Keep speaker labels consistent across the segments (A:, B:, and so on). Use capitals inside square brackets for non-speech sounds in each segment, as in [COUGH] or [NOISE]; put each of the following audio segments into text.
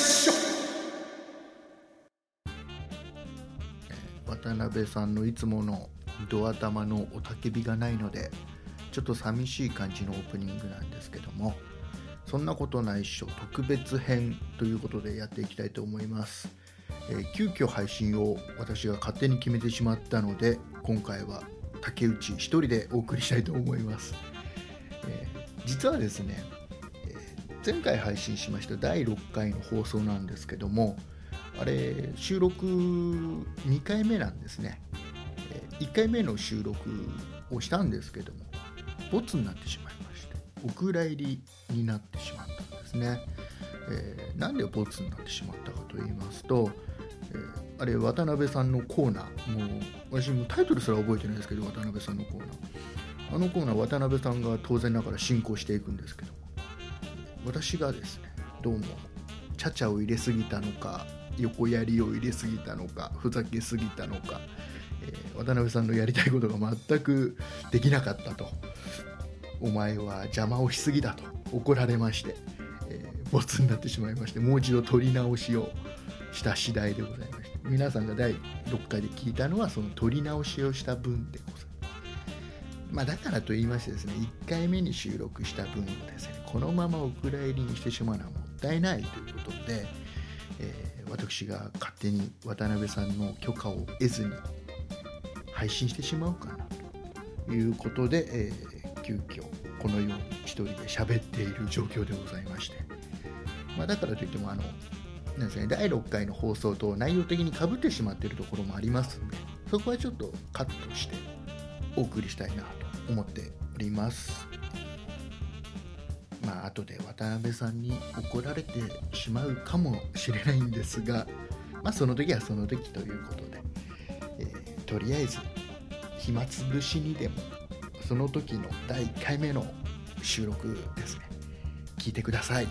A: しょ
B: 渡辺さんのいつものドア玉の雄たけびがないのでちょっと寂しい感じのオープニングなんですけどもそんなことないっしょ特別編ということでやっていきたいと思います、えー急遽配信を私が勝手に決めてしまったので今回は竹内一人でお送りしたいと思います、えー実はですね、えー前回配信しました第6回の放送なんですけどもあれ収録2回目なんですね1回目の収録をしたんですけどもボツになってしまいましてお蔵入りになってしまったんですね、えーなんでボツになってしまったかと言いますと、えーあれ渡辺さんのコーナーもう私もうタイトルすら覚えてないですけど渡辺さんのコーナーあのコーナー渡辺さんが当然ながら進行していくんですけども私がですねどうもちゃちゃを入れすぎたのか横やりを入れすぎたのかふざけすぎたのかえー渡辺さんのやりたいことが全くできなかったとお前は邪魔をしすぎだと怒られまして、えーボツになってしまいましてもう一度撮り直しをした次第でございまして皆さんが第6回で聞いたのはその撮り直しをした分でございます。まあ、だからと言いましてですね1回目に収録した分をですねこのままお蔵入りにしてしまうのはもったいないということで、えー私が勝手に渡辺さんの許可を得ずに配信してしまおうかなということで、えー急遽このように一人で喋っている状況でございまして、まあ、だからといってもあのなんです、ね、第6回の放送と内容的にかぶってしまっているところもありますんでそこはちょっとカットしてお送りしたいなと思っております。まあ後で渡辺さんに怒られてしまうかもしれないんですが、まあ、その時はその時ということで、えーとりあえず暇つぶしにでもその時の第1回目の収録ですね聞いてください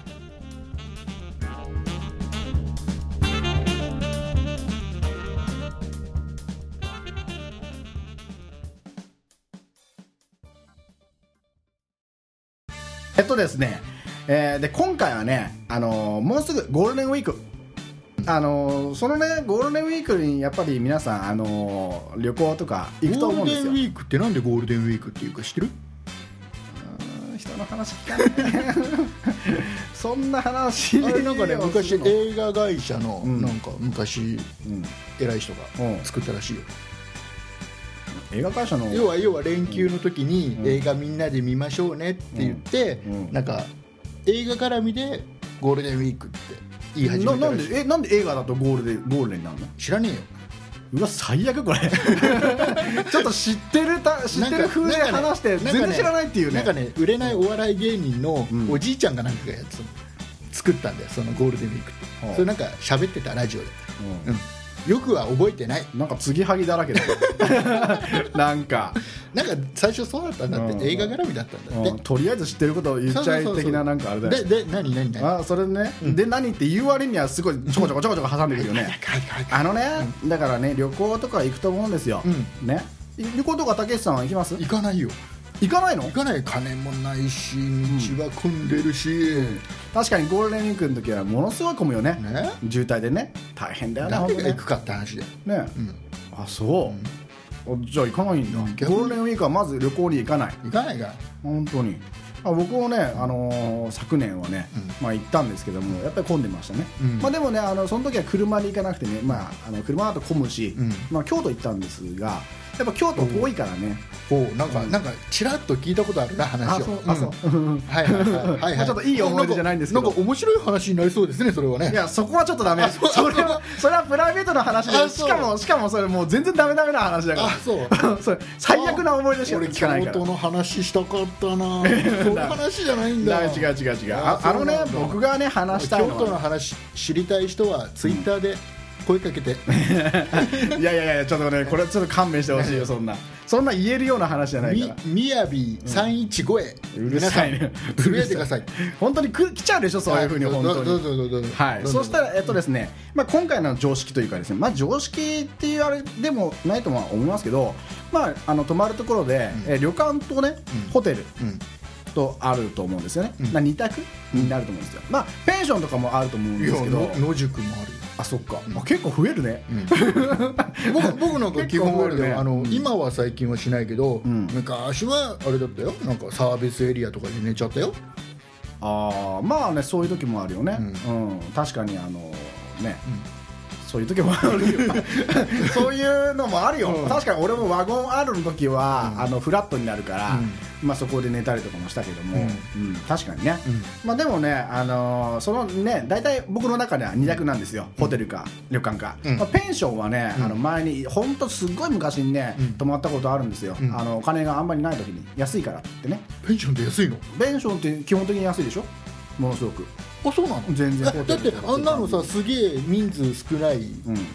A: えっとですね、えーで今回はね、あのーもうすぐゴールデンウィーク、あのーそのねゴールデンウィークにやっぱり皆さん、あのー旅行とか行くと
B: ゴー
A: 思う
B: ル
A: んで
B: デン
A: す
B: ウ
A: よ
B: ィークってなんでゴールデンウィークっていうか知ってる
A: うーん人の話聞かない [LAUGHS] そんな話
B: あれなんかね
A: を
B: 昔
A: するの
B: 映画会社の
A: うん
B: なんか昔
A: うん
B: 偉い人
A: うん
B: が作ったらしいよ、
A: 映画会社の
B: 要は要は連休の時に映画みんなで見ましょうねって言って、
A: うんうん
B: なんか映画絡みでゴールデンウィークって言い始
A: な
B: め
A: な
B: た
A: ん
B: らしい
A: でえなんで映画だとゴールデンゴールデンなの
B: 知らねえよ
A: うわ最悪これ [LAUGHS] ちょっと知ってるた知ってる風で話して全然知らないっていうね
B: なんかね売れないお笑い芸人の
A: うん
B: おじいちゃんがなんかがやつを作ったんだよそのゴールデンウィークって、
A: はあ
B: それなんか喋ってたラジオで、
A: う
B: う
A: ん
B: ん、よくは覚えてない
A: なんか継ぎはぎだらけだよなんか、
B: なんか最初そうだったんだって、
A: うん
B: 映画絡みだったんだって、
A: うんとりあえず知ってることを言っちゃい的ななんかあれだよ
B: でで何何何
A: あそれね、で何って言う割にはすごいちょこちょこちょこちょこ挟んでくるよね
B: はいはいはい
A: あのね、だからね旅行とか行くと思うんですよ、
B: う
A: ね旅行とかたけしさんは行きます
B: 行かないよ
A: 行かないの
B: 行かない金もないし道は混んでるし、
A: 確かにゴールデンウィークの時はものすごい混むよね
B: ね
A: 渋滞でね大変だよね
B: 誰
A: 本
B: が
A: 当
B: 行
A: ね
B: くかって話で、
A: ね
B: うん、
A: あそう、あじゃあ行かないんだ
B: 逆に
A: ゴールデンウィークはまず旅行に行かない
B: 行かないから
A: 本当にあ僕もね、あのー昨年はね、
B: うん
A: まあ、行ったんですけどもやっぱり混んでましたね、
B: うん
A: まあ、でもねあのその時は車で行かなくてね、まあ、あの車だと混むし、
B: うん
A: まあ、京都行ったんですがやっぱ京都遠いからね、
B: こうなんか、なんかちらっと聞いたことあるな話を
A: あそう、あそう
B: んはいはいはい
A: [LAUGHS]
B: はい、
A: まあちょっといい思い出じゃないんですけど
B: なんか面白い話になりそうですねそれはね
A: いやそこはちょっとダメ
B: あ
A: そ
B: そう
A: れはそれはプライベートの話で
B: あ
A: し
B: そう
A: かもしかもそれもう全然ダメダメな話だ
B: あ
A: か
B: そう
A: らそれ最悪な思い出しか
B: 俺
A: 聞かない
B: 京
A: か
B: 都
A: ら
B: の話したか
A: [LAUGHS]
B: ったなそういう話じゃないんだ
A: だから違う違う違うあ
B: あ
A: あのね
B: そうなんだ
A: 僕がね話したい
B: 京
A: の
B: 都の
A: は
B: 話知りたい人はツイッターで声かけて、
A: [LAUGHS] いやいやいやちょっとねこれはちょっと勘弁してほしいよそんなそんな言えるような話じゃないから
B: みみやび315へ、
A: うるさいね
B: 皆さんつぶやいてください
A: 本当にく来ちゃうでしょそういうふうに本当
B: どう
A: に
B: ぞどうぞどうぞ
A: はい
B: どうぞ
A: そしたらえっとですねまあ今回の常識というかですねまあ常識っていうあれでもないとは思いますけどまああの泊まるところでえ旅館とねホテル
B: うん
A: とあると思うんですよね、
B: うん
A: な2択になると思うんですよ、まあペンションとかもあると思うん
B: い
A: で
B: や
A: すけど
B: 野野宿もあるよ
A: あそっか、
B: うん
A: あ結構増えるね、 [LAUGHS]
B: 僕僕なんか基本あれだよ、
A: 結構あ
B: あ
A: るね
B: の今は最近はしないけど、
A: ん
B: 昔はあれだったよなんかサービスエリアとかで寝ちゃったよ
A: ああまあねそういう時もあるよね、う
B: うん
A: 確かにあのね、そういう時もあるよ [LAUGHS] そういうのもあるよ、
B: うん
A: 確かに俺もワゴンあるの時は、あのフラットになるから、
B: うん
A: まあ、そこで寝たりとかもしたけども、
B: う
A: うん確かにね、
B: う
A: まあ、でもね、あのーそのね大体僕の中では2択なんですよ、ホテルか旅館か、
B: うん
A: まあ、ペンションはね、
B: うん
A: あの前に本当すっごい昔にね、
B: うん
A: 泊まったことあるんですよ、
B: うん
A: あのお金があんまりない時に安いからって言ってね
B: ペンションって安いの
A: ペンションって基本的に安いでしょものすごく
B: あそうなの
A: 全然
B: えだってあんなのさすげえ人数少ない
A: うん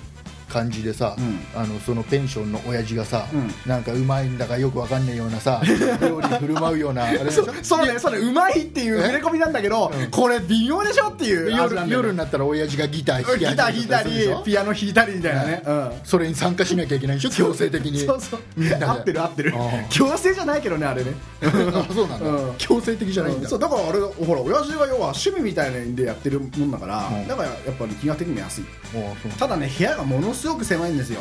B: 感じでさ、
A: うん
B: あのそのペンションの親父がさ、
A: う
B: なんかうまいんだかよくわかんないような
A: [LAUGHS]
B: さ料理振る舞うようなあれでしょ
A: そうね、それうまいっていう
B: え
A: 触れ込みなんだけど、
B: うん
A: これ微妙でしょっていう
B: で
A: あれなん
B: 夜
A: だよね
B: 夜になったら親父がギター弾
A: ギ
B: き始め
A: ター弾い
B: た
A: た
B: り
A: り
B: するでしょ
A: ピアノ弾いたりみたいなね、うん
B: それに参加しなきゃいけないでしょ強制的に
A: そうそう
B: みんなで
A: 合ってる合ってる
B: ああ
A: 強制じゃないけどねあれね
B: あそうなんだ、
A: うん
B: 強制的じゃないんだ、
A: そうだからあれほら親父が要は趣味みたいなんでやってるもんだから、
B: うん
A: だからやっぱり金額的に安い
B: もうそう
A: ただね部屋がものすごく狭いんですよ、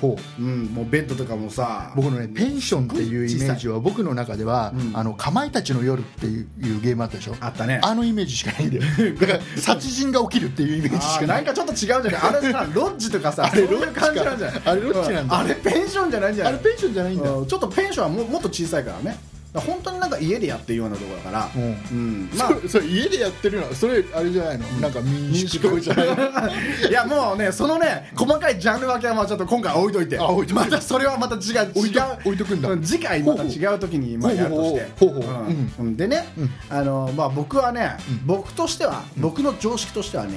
B: ほう
A: うん、もうベッドとかもさ
B: 僕のねペンションっていうイメージは僕の中では「
A: うん
B: あのかまいたちの夜」っていういうゲームあったでしょ
A: あったね
B: あのイメージしかないんだよ
A: [LAUGHS]
B: だから殺人が起きるっていうイメージし
A: あ
B: か
A: ー
B: な
A: ないんかちょっと違うじゃないあれ
B: [LAUGHS]
A: さロッジとかさそういう感じなんじゃない
B: あれロッジなんだ
A: うあれペンションじゃないんじゃ
B: あ
A: ない
B: れペンションじゃないんだ、
A: うんちょっとペンションはももっと小さいからねだから本当になんか家でやってるようなところだから
B: うん
A: うん
B: ま
A: まあ
B: あ、それそれ家でやってるのそれあれじゃないの、なんか民宿とかじゃないの
A: [LAUGHS] いやもうねそのね細かいジャンル分けはまあちょっと今回は置いといて
B: あ置いとく
A: またそれはまた違う
B: 置いと
A: 違う
B: 置いとくんだ
A: う次回また違う時にまあやるとして
B: ほうほうほうほうほう
A: うんでね、
B: うん
A: あのまあ僕はね、
B: うん
A: 僕としては僕の常識としてはね、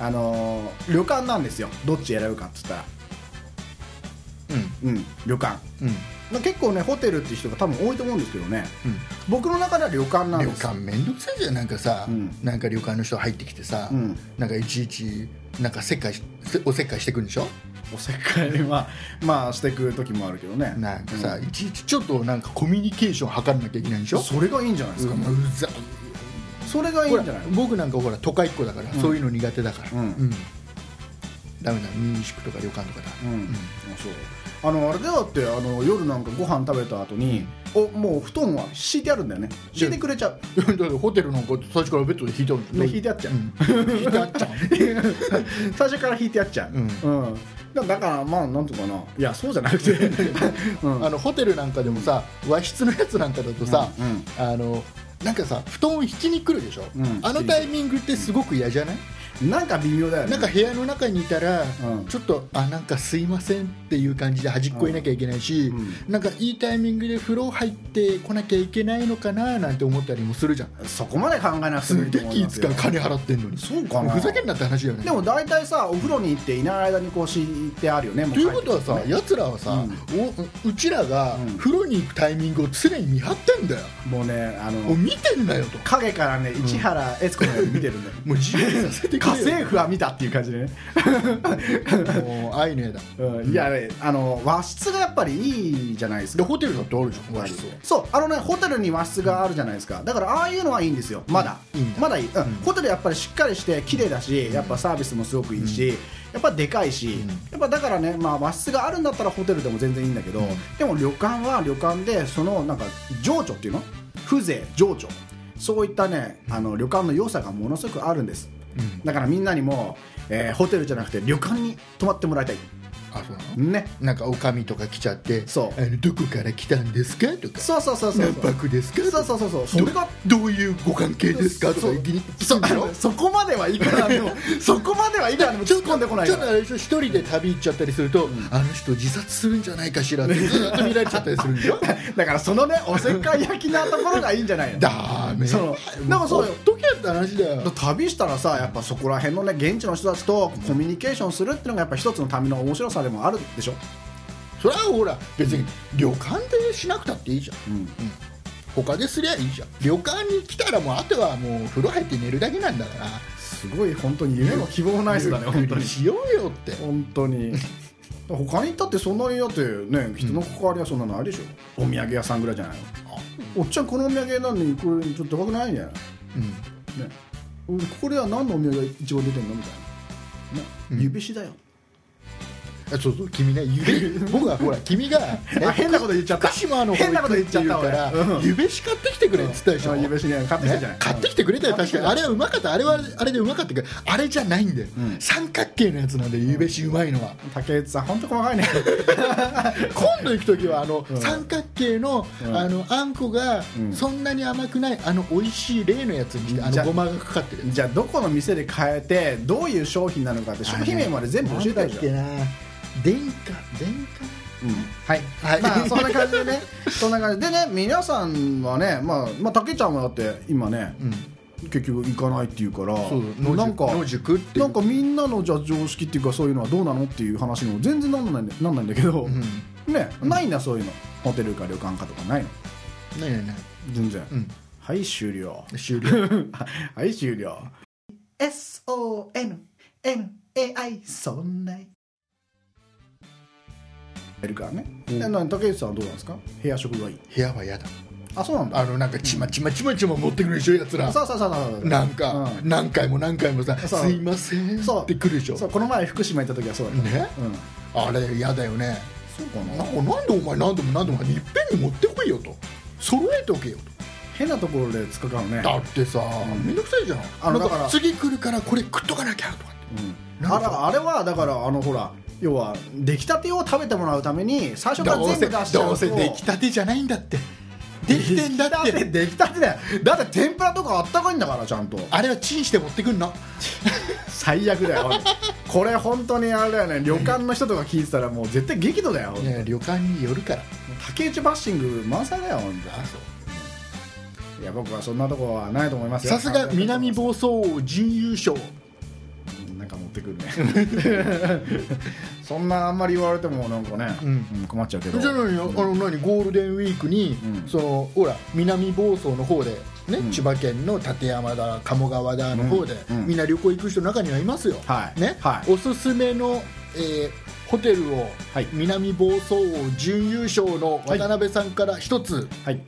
A: あの旅館なんですよどっち選ぶかっつったら
B: うん
A: うん旅館
B: うん
A: まあ結構ねホテルっていう人が多分多いと思うんですけどね
B: うん
A: 僕の中では旅館なん
B: 旅
A: です
B: 館めんどくさいじゃんなんかさ、
A: うん
B: なんか旅館の人入ってきてさ、
A: うん
B: なんかいちいちなんかせっかいしおせっかいしてくんでしょ
A: おせっかいはまあしてくる時もあるけどね
B: なんかさ、
A: う
B: いちいちちょっとなんかコミュニケーション図んなきゃいけないんでしょ
A: それがいいんじゃない
B: う
A: ですか、
B: んうざい
A: それがいい
B: ほ
A: ん
B: ら
A: じゃない
B: 僕なんかほら都会っ子だから、そういうの苦手だから、
A: うん
B: ダメだ民宿とか旅館とかだ、
A: うん、
B: ん
A: そうあのあれだよってあの夜なんかご飯食べた後に、おもう布団は敷いてあるんだよね敷いてくれ
B: [LAUGHS]
A: ちゃう、
B: [LAUGHS] だってホテルなんか最初からベッドで引いてあるんだ
A: ね
B: よ
A: 引いてあっちゃう、
B: うん引いてあっちゃう
A: 最初から引いてあっちゃうう、
B: うん
A: だだからまあなんとかないやそうじゃなく
B: [LAUGHS]
A: て、うん、
B: あのホテルなんかでもさ和室のやつなんかだとさ、
A: うんうん
B: あのなんかさ布団を引きに来るでしょ、
A: うん
B: あのタイミングってすごく嫌じゃない、
A: なんか微妙だよね
B: なんか部屋の中にいたら、
A: うん
B: ちょっとあなんかすいませんっていう感じで端っこいなきゃいけないし、
A: うん
B: なんかいいタイミングで風呂入ってこなきゃいけないのかななんて思ったりもするじゃん
A: そこまで考えなくて
B: す
A: もいいと
B: [LAUGHS] げえ
A: 思い
B: 気
A: ます
B: 使
A: よ
B: う金払ってんのに
A: そうかな
B: ふざけんなって話だよね
A: でも大体さお風呂に行っていない間にこう敷いてあるよねも
B: ということはさ
A: 帰ってきてね
B: やつらはさ、おうちらが
A: うん
B: 風呂に行くタイミングを常に見張ってんだよ、
A: もうねあ
B: もう
A: の
B: 見てんだよと
A: 影からね市原悦子のように見て
B: [LAUGHS]
A: るんだよ
B: もう自由にさせてく
A: 家
B: れよ
A: 政婦は見たっていう感じでね、 [LAUGHS]
B: もうアイネだ
A: うん、いやねあの和室がやっぱりいいじゃないです
B: で
A: か
B: ホテルだってあるじゃん和室は
A: そうあのねホテルに和室があるじゃないですかだからああいうのはいいんですよまだ、
B: うんいいんだ
A: まだいい、うん
B: うん
A: ホテルやっぱりしっかりして綺麗だしやっぱサービスもすごくいいし、やっぱでかいし、
B: ん
A: やっぱだからね、まあ、和室があるんだったらホテルでも全然いいんだけど、
B: うん
A: でも旅館は旅館でそのなんか情緒っていうの風情情緒そういったねあの旅館の良さがものすごくあるんです
B: うん
A: だからみんなにも、えーホテルじゃなくて旅館に泊まってもらいたい
B: あそうなの
A: ね
B: なんかおかみとか来ちゃって
A: そう
B: あのどこから来たんですかとか
A: そうそうそうそう
B: 何泊ですか
A: そうそうそうそうそ
B: ど
A: れが
B: どういうご関係ですかとか
A: そう
B: いきなり
A: そ
B: 聞くんでしょ
A: そこまではいいから [LAUGHS] でもそこまではいいからでも突っ込んでこない
B: ちょっ
A: か
B: と
A: ら
B: あれでしょ一人で旅行っちゃったりすると、あの人自殺するんじゃないかしらってずっと見られちゃったりするんで
A: [LAUGHS]
B: しょ
A: だからそのねおせっかい焼きなところがいいんじゃ [LAUGHS] ないの
B: ダメ
A: そのなんかそう
B: ほ
A: よ
B: っとけやって話だよ
A: 旅したらさやっぱそこら辺のね現地の人たちとコミュニケーションするっていうのがやっぱ一つの旅の面白さでもあるでしょ、
B: それはほら別に旅館でしなくたっていいじゃん
A: うん、
B: 他ですりゃいいじゃん旅館に来たらもうあとはもう風呂入って寝るだけなんだから
A: すごい本当に夢も希望ないですだね
B: ゆ
A: 本
B: っく
A: 当
B: り
A: に
B: しようよって
A: 本当に他に行ったってそんなにだってね人の関わりはそんなのあるでしょお土産屋さんぐらいじゃないの
B: あ
A: おっちゃんこのお土産なのにこれちょっと高くないみたいな、ね、うんこれは何のお土産が一番出てんのみたいな、ね
B: うん
A: 指しだよ
B: あそうそう君ねゆべ僕はほら君がね
A: [LAUGHS] あ変なこと言っちゃった
B: 福島の方
A: 変なこと言っちゃった
B: 行くって言うから
A: 俺うん
B: ゆべし買ってきてくれっつったでしょ
A: あ指しね買ってきたじゃな
B: ね
A: い
B: 買ってきてくれたよ確かにあれはうまかったあれはあれでうまかったけどあれじゃないんだよ、
A: うん
B: 三角形のやつなんだよゆべしうまいのは、
A: 竹内さん本当
B: [LAUGHS]
A: 細かいね
B: 今度行く時はあの、
A: うん
B: 三角形の,、
A: うん
B: あのあんこが
A: うん
B: そんなに甘くないあの美味しい例のやつにしてあ
A: じゃ
B: のごまがかかってるやつ
A: じゃあどこの店で買えてどういう商品なのかって商品名まで全部教えて
B: な
A: ある
B: んだっ
A: じ
B: け
A: ゃん、
B: な電化電
A: うんはい、
B: はい
A: まあ [LAUGHS] そんな感じでねそんな感じでね皆さんはねまあ、まあ、竹ちゃんもだって今ね
B: 化うん
A: 結局行かないっていうから
B: そう
A: なんか
B: 野宿っていう
A: なんかみんなのじゃあ常識っていうかそういうのはどうなのっていう話にも全然なんないんだなんないんだけど、
B: うん
A: ねないんだそういうのホテルか旅館かとかないの
B: ないないない
A: 全然、
B: うん
A: はい終
B: [LAUGHS]
A: 了
B: 終
A: [LAUGHS]
B: 了
A: はい終了 SONNAI そんないやるからね、
B: うん
A: えな竹内さんはどうなんですか部屋食がいい
B: 部屋は嫌だ
A: あそうなんだ
B: あのなんかちまちまちまちま持ってくるでしょやつら
A: そうそうそうそうそう
B: なんか、
A: うん
B: 何回も何回もさ「
A: そう
B: すいません」
A: そう
B: ってくるでしょ
A: そうこの前福島行った時はそうだった
B: ね
A: うん
B: あれ嫌だよね
A: そうか
B: な
A: なん
B: かなんでお前何度も何度もいっぺんに持ってこいよと揃えておけよ
A: 変なところで使うからね
B: とだってさ
A: ん
B: めんどくさいじゃん
A: あの
B: なん
A: だから
B: 次来るからこれ食っとかなきゃとかって
A: うんあらあれはだからあのほら要は出来たてを食べてもらうために最初から
B: どう
A: 全
B: せ
A: 部出しちゃうと
B: どうせ出来たてじゃないんだってできてんだっ
A: 出来た
B: て
A: て出来たてだよだって天ぷらとかあったかいんだからちゃんと
B: あれはチンして持ってくんの
A: 最悪だよおいこれ本当にあれだよね旅館の人とか聞いてたらもう絶対激怒だよ
B: いや旅館によるから
A: 竹内バッシング満載だよ本当いや僕はそんなとこはないと思いますよ
B: さすが南房総準優勝
A: なんか持ってくるね [LAUGHS] そんなあんまり言われてもなんかね、
B: うん
A: うん困っちゃうけど
B: じゃあ何あの何ゴールデンウィークに、
A: うん
B: そのほら南房総の方で、ね
A: うん
B: 千葉県の館山だ鴨川だの方で、
A: うんうん
B: みんな旅行行く人中にはいますよ、
A: はい
B: ね
A: はい
B: おすすめの、えーホテルを、
A: はい
B: 南房総準優勝の渡辺さんから一つ、
A: はい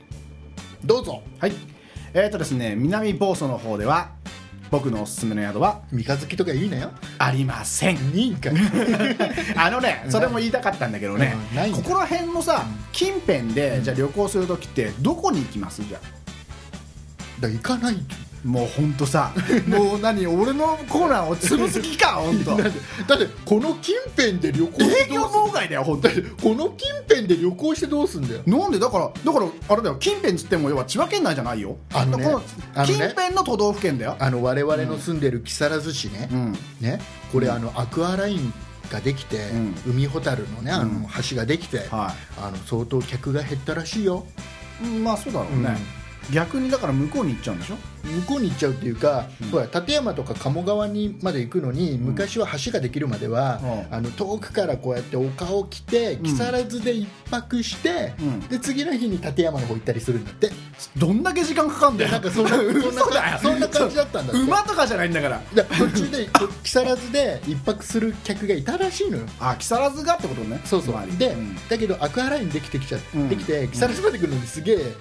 B: どうぞ
A: はい。えっ、とですね、南房総の方では、僕のおすすめの宿は
B: 三日月とかいいなよ
A: ありません。 [LAUGHS]
B: 2位か
A: あのね、それも言いたかったんだけどね
B: うんない、んだ
A: ここら辺のさ、近辺で、じゃあ旅行するときって、どこに行きますじゃあ
B: だ行かない
A: もうほん
B: [LAUGHS]
A: とさ、もう何、俺のコーナーを潰す気か、ほんと
B: だ。ってだってこの近辺で旅行し
A: 営
B: て
A: 業
B: どうす
A: 妨害だよ、ほんとに。
B: この近辺で旅行してどうすんだよ
A: なんでだから、だからあれだよ、近辺っつっても、要は千葉県内じゃないよ。
B: あのね
A: こ
B: あのね
A: 近辺の都道府県だよ。
B: あの我々の住んでる木更津市ね,、
A: うん。
B: ねこれあのアクアラインができて、
A: うん
B: 海ほたるのねあ
A: うん
B: の橋ができて、
A: は
B: あの相当客が減ったらしいよ
A: い。まあそうだろうね。逆にだから向こうに行っちゃうんでしょ
B: 向こうに行っちゃうっていうか、
A: うん
B: ほら立山とか鴨川にまで行くのに、昔は橋ができるまでは、
A: うん
B: あの遠くからこうやって丘を来て
A: ん
B: 木更津で一泊して、
A: うん
B: で次の日に立山の方行ったりするんだって、
A: [LAUGHS] どんだけ時間かかんだよ
B: なんかそんな
A: 嘘だよ
B: そんな感じだったんだって
A: 馬とかじゃないんだから
B: だから途中でこ木更津で一泊する客がいたらしいのよ
A: あ木更津がってことね
B: そうそう
A: つまり
B: で、
A: うん
B: だけどアクアラインできてきちゃ、
A: うん
B: できて木更津まで来るのにすげえ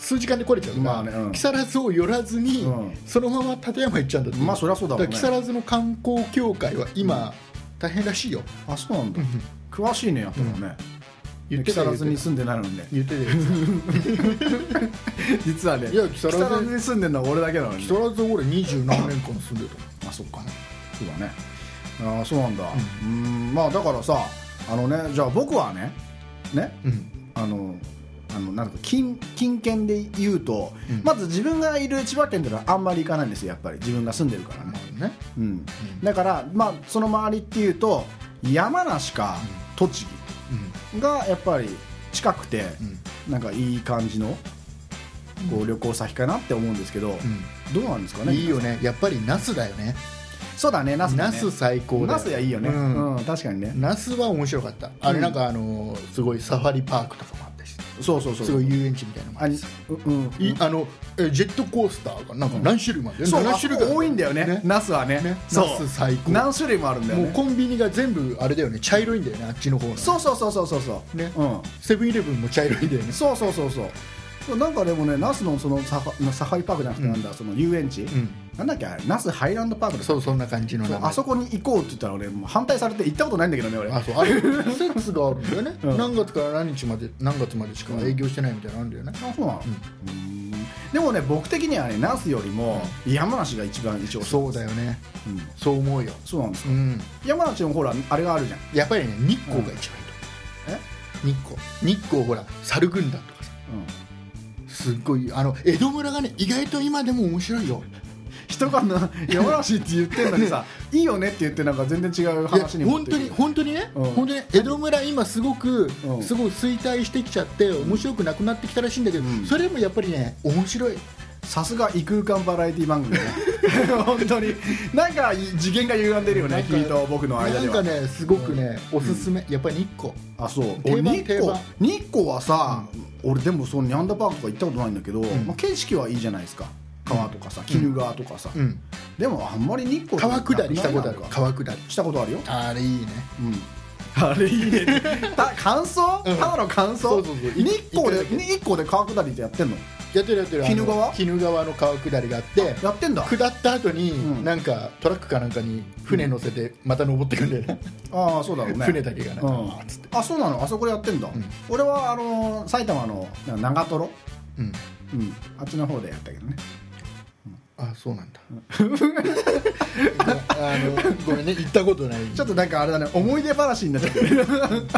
B: 数時間で来れちゃうから、
A: まあねうん
B: 木更津を寄らずに、
A: うん
B: そのまま立山行っちゃうんだって、
A: まあそりゃそうだ
B: だか
A: もん
B: ら木
A: ね
B: 更津の観光協会は今、大変らしいよ
A: あそうなんだ詳しいねやったらね
B: 言って
A: 木
B: た
A: 更津
B: 言
A: に
B: って
A: 住んでないのにね
B: た言ってた言って
A: [LAUGHS] 実はね
B: いや
A: 木
B: 木
A: 更
B: 更津
A: 津に住んでるのは俺だけなの
B: た木
A: に
B: 更津俺二十何年間住んで
A: あそっかそうだねあそうなんだうんまあだからさあのねじゃあ僕はねね
B: た、うん、
A: あのあのなんか近近県で言うと、
B: うん
A: まず自分がいる千葉県ってのはあんまり行かないんですよやっぱり自分が住んでるからね、
B: まあね
A: うん、だから、まあ、その周りっていうと山梨か栃木がやっぱり近くて
B: うんうん
A: なんかいい感じのこう旅行先かなって思うんですけど、どうなんですか
B: うん
A: ね
B: いいよねやっぱり那須だよね
A: そうだねナス
B: 那
A: だね
B: 須最高だよ
A: ナスはいいよね、う
B: うん
A: ん確かにね
B: 那須は面白かったあ
A: う
B: れ
A: ん
B: なんかあのーすごいサファリパークとかもあったし
A: そうそうそう
B: すごい遊園地みたいなのもあ
A: あ
B: った
A: に
B: し
A: ううん
B: いあのえジェットコースターがなんか何種類もあって
A: そう
B: 7
A: あ
B: 種類ぐら
A: 多いんだよねナスはね
B: ね
A: そう
B: ナス最高
A: 何種類もあるんだよ
B: もう
A: ね
B: コンビニが全部あれだよね茶色いんだよねあっちの方の
A: そうそうそうそうそうそう
B: ね
A: うん
B: セブンイレブンも茶色いんだよね
A: そうそうそうそうなんかでもね那須のそのサファサファリパークじゃなくてなんだ、その遊園地、
B: うん
A: なんだっけあれ那須ハイランドパークだ
B: そうそんな感じの
A: そう
B: 名前
A: あそこに行こうって言ったら俺もう反対されて行ったことないんだけどね俺
B: あそうあれ季節があるんだよ [LAUGHS] ね、
A: うん
B: 何月から何日まで何月までしか営業してないみたいなのあるんだよね、
A: あそうなの、うんでもね僕的にはね那須よりも山梨が一番一応
B: そうだ
A: よ、
B: よね
A: うん
B: そう思うよ
A: そうなんです
B: うん
A: 山梨もほらあれがあるじゃん
B: やっぱりね日光が一番いいと
A: え、
B: 思う、日光日光ほら猿軍団とかさ
A: うん、
B: すっごいあの江戸村がね意外と今でも面白いよ
A: 人がな山梨って言ってんのに
B: [LAUGHS]
A: さいいよねって言ってなんか全然違う
B: いや
A: 話に持っ
B: 本
A: て
B: 当
A: くる
B: に本当にね、
A: うん
B: 本当に江戸村今すごく、
A: うん
B: すごい衰退してきちゃって面白くなくなってきたらしいんだけど、
A: うん
B: それでもやっぱりね面白い
A: さすが異空間バラエティ番
B: [LAUGHS]
A: 組ね本当になんか次元が歪んでるよ
B: な
A: ね
B: んか
A: 君と僕の間
B: な
A: で
B: ん
A: は
B: かねすごくね、おすすめやっぱり日光
A: あそう
B: 定
A: 俺
B: 番
A: 日
B: 定
A: 光
B: 番
A: 日光はさ、俺でもそのニャンダパークとか行ったことないんだけど、
B: ん
A: まあ、景色はいいじゃないですか川とかさ鬼怒川とかさ、
B: うん
A: でもあんまり日光
B: 川下りしたことある
A: なくないなんか
B: 川下り
A: したことあるよ、
B: あれいいね
A: うん、あ
B: [LAUGHS]
A: れいいねた感想、
B: うん
A: ただの感想
B: そうそうそうい
A: 日光
B: 一
A: で
B: 回だけ
A: 日光で川下りってやってんの
B: やってるやってるあの
A: 鬼怒川
B: 鬼怒川の川下りがあって
A: やってんだ
B: 下った後に、
A: うん
B: なんかトラックかなんかに船乗せてまた登ってくんだよね、
A: ああそうだろうね
B: 船だけがなんか、
A: うん
B: あーっつって、
A: あそうなのあそこでやってんだ、
B: ん
A: 俺はあのー埼玉の長瀞、
B: うん、
A: うん、あっちの方でやったけどね
B: あそうなんだ [LAUGHS] あのごめんね行ったことない
A: ちょっとなんかあれだね思い出話になっちゃってる
B: [LAUGHS]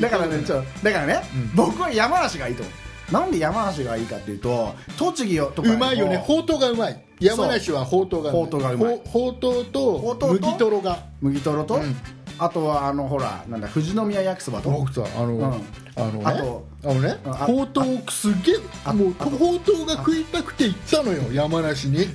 A: だからねちょだからね、
B: うん
A: 僕は山梨がいいと思うなんで山梨がいいかっていうと栃木よとか
B: うまいよねほうとうがうまい山梨はほうとうが
A: ほうとうがうまい
B: ほほうとう
A: ほう
B: と
A: とうと
B: 麦とろが
A: 麦とろと、
B: うん
A: あとはあのほらなんだ富士宮焼きそばと
B: 僕さあの、
A: うん
B: あのね
A: あと
B: あのね
A: あ
B: ほうとうすげえ
A: あ
B: もう
A: あと
B: ほうとうが食いたくて行ったのよ山梨に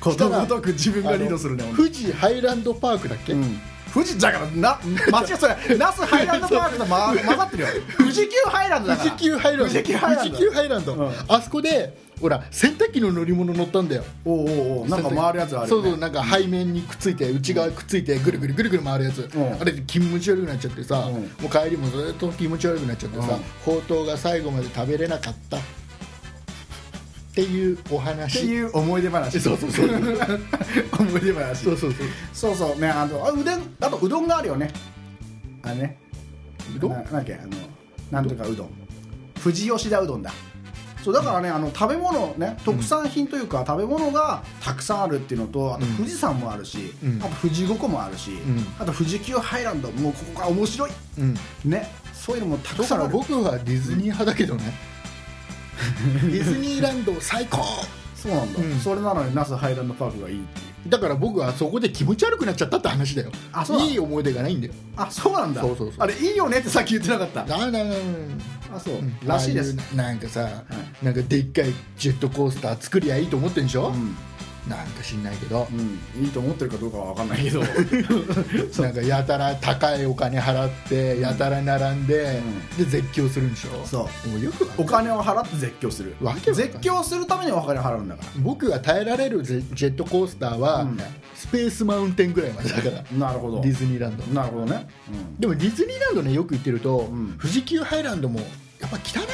A: ことごとく自分がリードするね
B: あの
A: 本当に
B: 富士ハイランドパークだっけ、
A: うん富士だから [LAUGHS] な間違えそれ那須ハイランドパークと [LAUGHS] ま混ざってるよ富士急ハイランドだか
B: 富
A: ら
B: 士急ハイランド
A: 富士急ハイランド
B: 富士急ハイランド
A: うん
B: あそこでほら洗濯機の乗り物乗ったんだよ
A: おうおうおうなんか回るやつある
B: そ
A: よ、
B: う
A: ね、
B: そうなんか背面にくっついて内側くっついてぐるぐるぐるぐる回るやつ、
A: ん
B: あれで気持ち悪くなっちゃってさ、
A: うん
B: もう帰りもずっと気持ち悪くなっちゃってさ、
A: うん
B: ほうとうが最後まで食べれなかったっていうお
A: って
B: 話
A: いう思い出話
B: そうそうそう
A: [LAUGHS] 思い出話
B: そうそうそう
A: そうそうねあのあうどんあとうどんがあるよねあれね
B: うどん
A: ななんだっけあのなんとかうどん富士吉田うどんだそうだからね、あの食べ物ね特産品というか、食べ物がたくさんあるっていうのとあと
B: うん
A: 富士山もあるし、
B: うん
A: あと富士五湖もあるし、
B: ん
A: あと富士急ハイランドもうここが面白い
B: うん
A: ねそういうのもたく
B: だ
A: さ
B: か
A: んあ
B: ら
A: る
B: 僕はディズニー派だけどねディズニーランド最高
A: そうなんだ、
B: うん
A: それなのに那須ハイランドパークがいいっていう
B: だから僕はそこで気持ち悪くなっちゃったって話だよ
A: あそうなの
B: いい思い出がないんだよ
A: あそうなんだ
B: そうそうそう
A: あれいいよねってさっき言ってなかった
B: だだだ
A: あそう、
B: うん
A: らしいです
B: ああうなんかさ、なんかでっかいジェットコースター作りゃいいと思ってるんでしょ、なんか知んないけど、
A: うん、いいと思ってるかどうかは分かんないけど
B: なんかやたら高いお金払ってやたら並んで、で絶叫するんでしょ
A: そう
B: もうよくわか
A: [LAUGHS] お
B: ん
A: 金を払って絶叫する
B: わけわかん
A: 絶
B: ない
A: 叫するためにお金払うんだから
B: 僕が耐えられるジェジェットコースターは、
A: うん
B: スペースマウンテンぐらいまでだから
A: なるほど
B: ディズニーランド
A: なるほどね、うん
B: でもディズニーランドねよく行ってると、
A: ん
B: 富士急ハイランドもやっぱ汚いね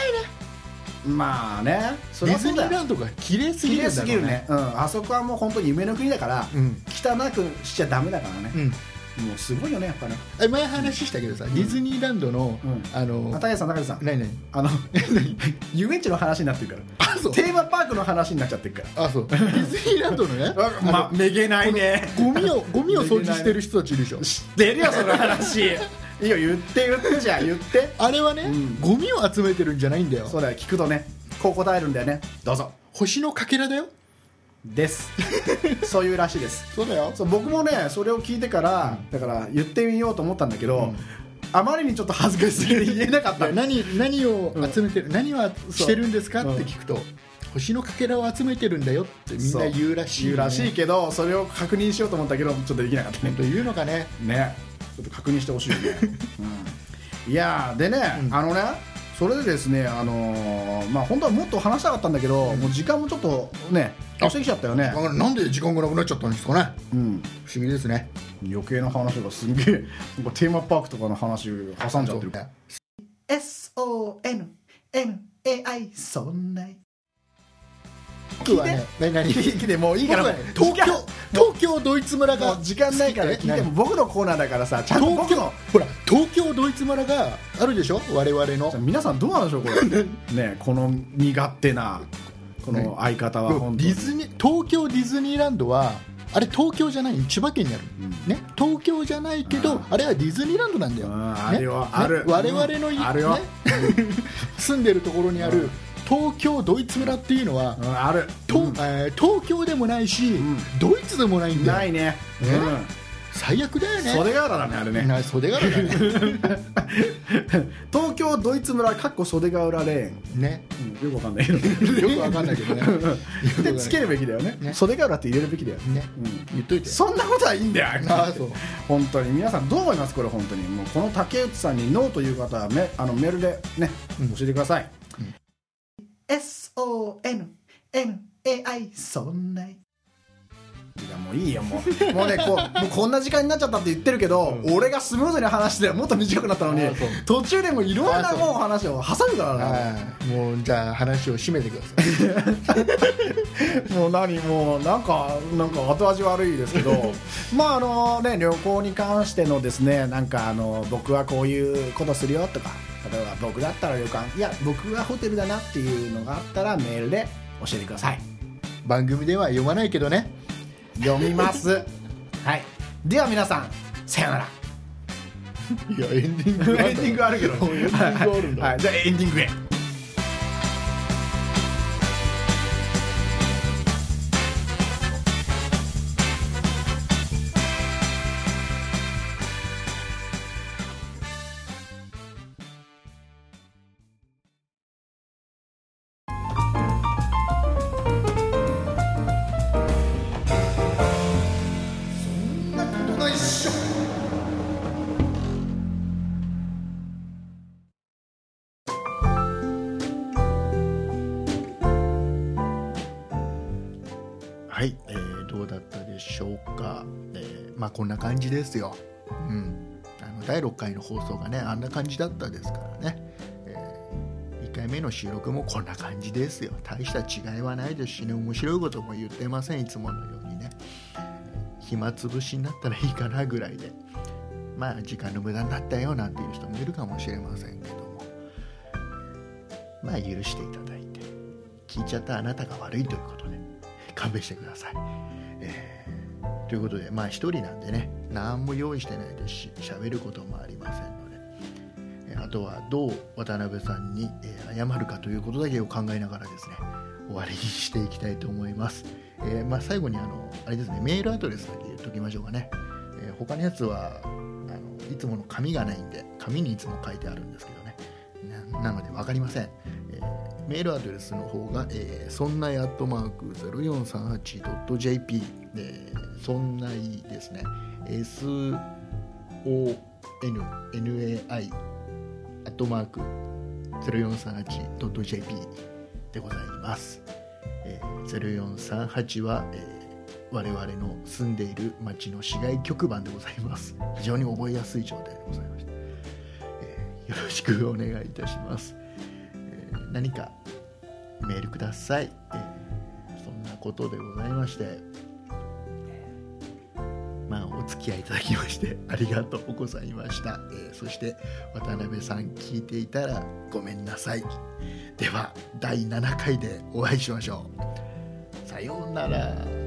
A: まあねそ
B: デ
A: りゃ
B: ィズ
A: そ
B: ニ
A: うだ
B: ー
A: よ
B: ランドが綺麗すぎ
A: 綺
B: るん
A: 麗
B: だろ
A: す
B: う
A: ぎるね、うん、あそこはもう本当に夢の国だから、
B: うん
A: 汚くしちゃダメだから
B: う
A: ね、
B: ん
A: もうすごいよねやっぱね
B: え前話したけどさ、ディズニーランドの、
A: うん
B: あの
A: あ高橋さん高橋さん
B: 何何
A: あの [LAUGHS] 遊園地の話になってるから
B: あそう
A: テーマパークの話になっちゃってるか
B: あそうディズニーランドのね
A: ら
B: あの
A: まめげないね
B: ゴミをゴミを掃除してる人たちいるでしょ
A: 知ってるよその話いいよ言って言ってじゃあ言って
B: [LAUGHS] あれはね、
A: ん
B: ゴミを集めてるんじゃないんだよ
A: そうだよ聞くとねこう答えるんだよねどうぞ
B: 星のかけらだよ
A: です [LAUGHS] そういうらしいです
B: そうだよ
A: そう僕もねそれを聞いてからだから言ってみようと思ったんだけど、あまりにちょっと恥ずかしすぎて言えなかった
B: 何何を集めてる、何をしてるんですか
A: そう
B: って聞くと、星のかけらを集めてるんだよってみんな言うらしい、ね、
A: 言うらしいけどそれを確認しようと思ったけどちょっとできなかったね
B: 本当言うのかね
A: ねちょっと確認してほしいよ
B: [LAUGHS]
A: ね、うん、いやーでね、
B: うん
A: あのねそれでですねあのーまあ本当はもっと話したかったんだけど、もう時間もちょっとね
B: あ
A: 押してきちゃったよね
B: だ、からなんで時間がなくなっちゃったんですかね
A: うん、
B: 不思議ですね
A: 余計な話がすんげえなんかテーマパークとかの話挟んじゃってる SONNAI そんな
B: 僕はね何何
A: いいでもういいか
B: 僕
A: ら
B: はね東京東京ドイツ村
A: も
B: が
A: う時間ないから聞いても
B: 何
A: 僕のコーナーだからさちゃんと
B: 東
A: 僕
B: 京
A: の
B: ほら東京ドイツ村があるでしょ我々の
A: じゃあ皆さんどうなんでしょうこ
B: [LAUGHS]
A: れねこの身勝手なこの相方は本当
B: デ
A: に
B: ィズニー東京ディズニーランドはあれ東京じゃない千葉県にある、
A: うん
B: ね、東京じゃないけ
A: う
B: ど
A: ん
B: あれはディズニーランドなんだよ、
A: う
B: ね
A: んあるよ
B: ね
A: ある
B: 我々のい、
A: うんあるよ
B: ね [LAUGHS] 住んでるところにあ
A: う
B: る
A: ん
B: 東京ドイツ村っていうのは、
A: うんある
B: と
A: うん
B: えー東京でもないし、
A: ん
B: ドイツでもないんだよ
A: ないね
B: ね最悪だよ
A: うん
B: ね
A: 袖ヶ浦だねあれね
B: な袖柄だ [LAUGHS] ね
A: [LAUGHS] 東京ドイツ村かっこ袖ヶ浦レ
B: ね
A: ーン、うんよくわかんないけど [LAUGHS]
B: よくわかんないけどね [LAUGHS]
A: でつけるべきだよね
B: ね
A: 袖ヶ浦って入れるべきだよ、
B: ね
A: うん
B: 言っといて
A: そんなことはいいんだよ
B: ああそう
A: 本当に皆さんどう思いますこれ本当にもうこの竹内さんにノーという方はめあのメールでね、
B: うん
A: 教えてください、
B: うん
A: SONNAI そんないいやもういいよもうもうねこうもうこんな時間になっちゃったって言ってるけど、
B: うん
A: 俺がスムーズに話してもっと短くなったのに
B: あそう
A: 途中でもいろん
B: あ
A: な
B: そう
A: もう話を挟むからな
B: はいもうじゃあ話を締めてください [LAUGHS]
A: もう何もうなんかなんか後味悪いですけ
B: [LAUGHS]
A: どまああのね旅行に関してのですねなんかあの僕はこういうことするよとか例えば僕だったら旅館いや僕はホテルだなっていうのがあったらメールで教えてください
B: 番組では読まないけどね
A: 読みます
B: [LAUGHS]
A: はいでは皆さんさようなら
B: いやエンディング
A: エンディングあるけど
B: エンディングあるんだ
A: はい、じゃあエンディングへ
B: はい、えーどうだったでしょうか、えーまあこんな感じですよ、うん、あの第6回の放送がねあんな感じだったですからね、え1回目の収録もこんな感じですよ大した違いはないですしね面白いことも言ってませんいつものようにね暇つぶしになったらいいかなぐらいでまあ時間の無駄になったよなんていう人もいるかもしれませんけどもまあ許していただいて聞いちゃったあなたが悪いということで勘弁してください。えーということでまあ一人なんでね何も用意してないですし喋ることもありませんので、えーあとはどう渡辺さんに、えー謝るかということだけを考えながらですね終わりにしていきたいと思います。えーまあ、最後にあのあれですねメールアドレスだけ言っときましょうかね。えー他のやつはあのいつもの紙がないんで紙にいつも書いてあるんですけどねななので分かりません、えーメールアドレスの方が、えー、そんないアットマーク 0438.jp、えー、そんないですね sonnai アットマーク 0438.jp でございます、えー0438は、えー我々の住んでいる町の市街局番でございます非常に覚えやすい状態でございましたえーよろしくお願いいたします、えー何かメールください、えーそんなことでございまして、えーまあ、お付き合いいただきましてありがとうございました、えーそして渡辺さん聞いていたらごめんなさいでは第7回でお会いしましょうさようなら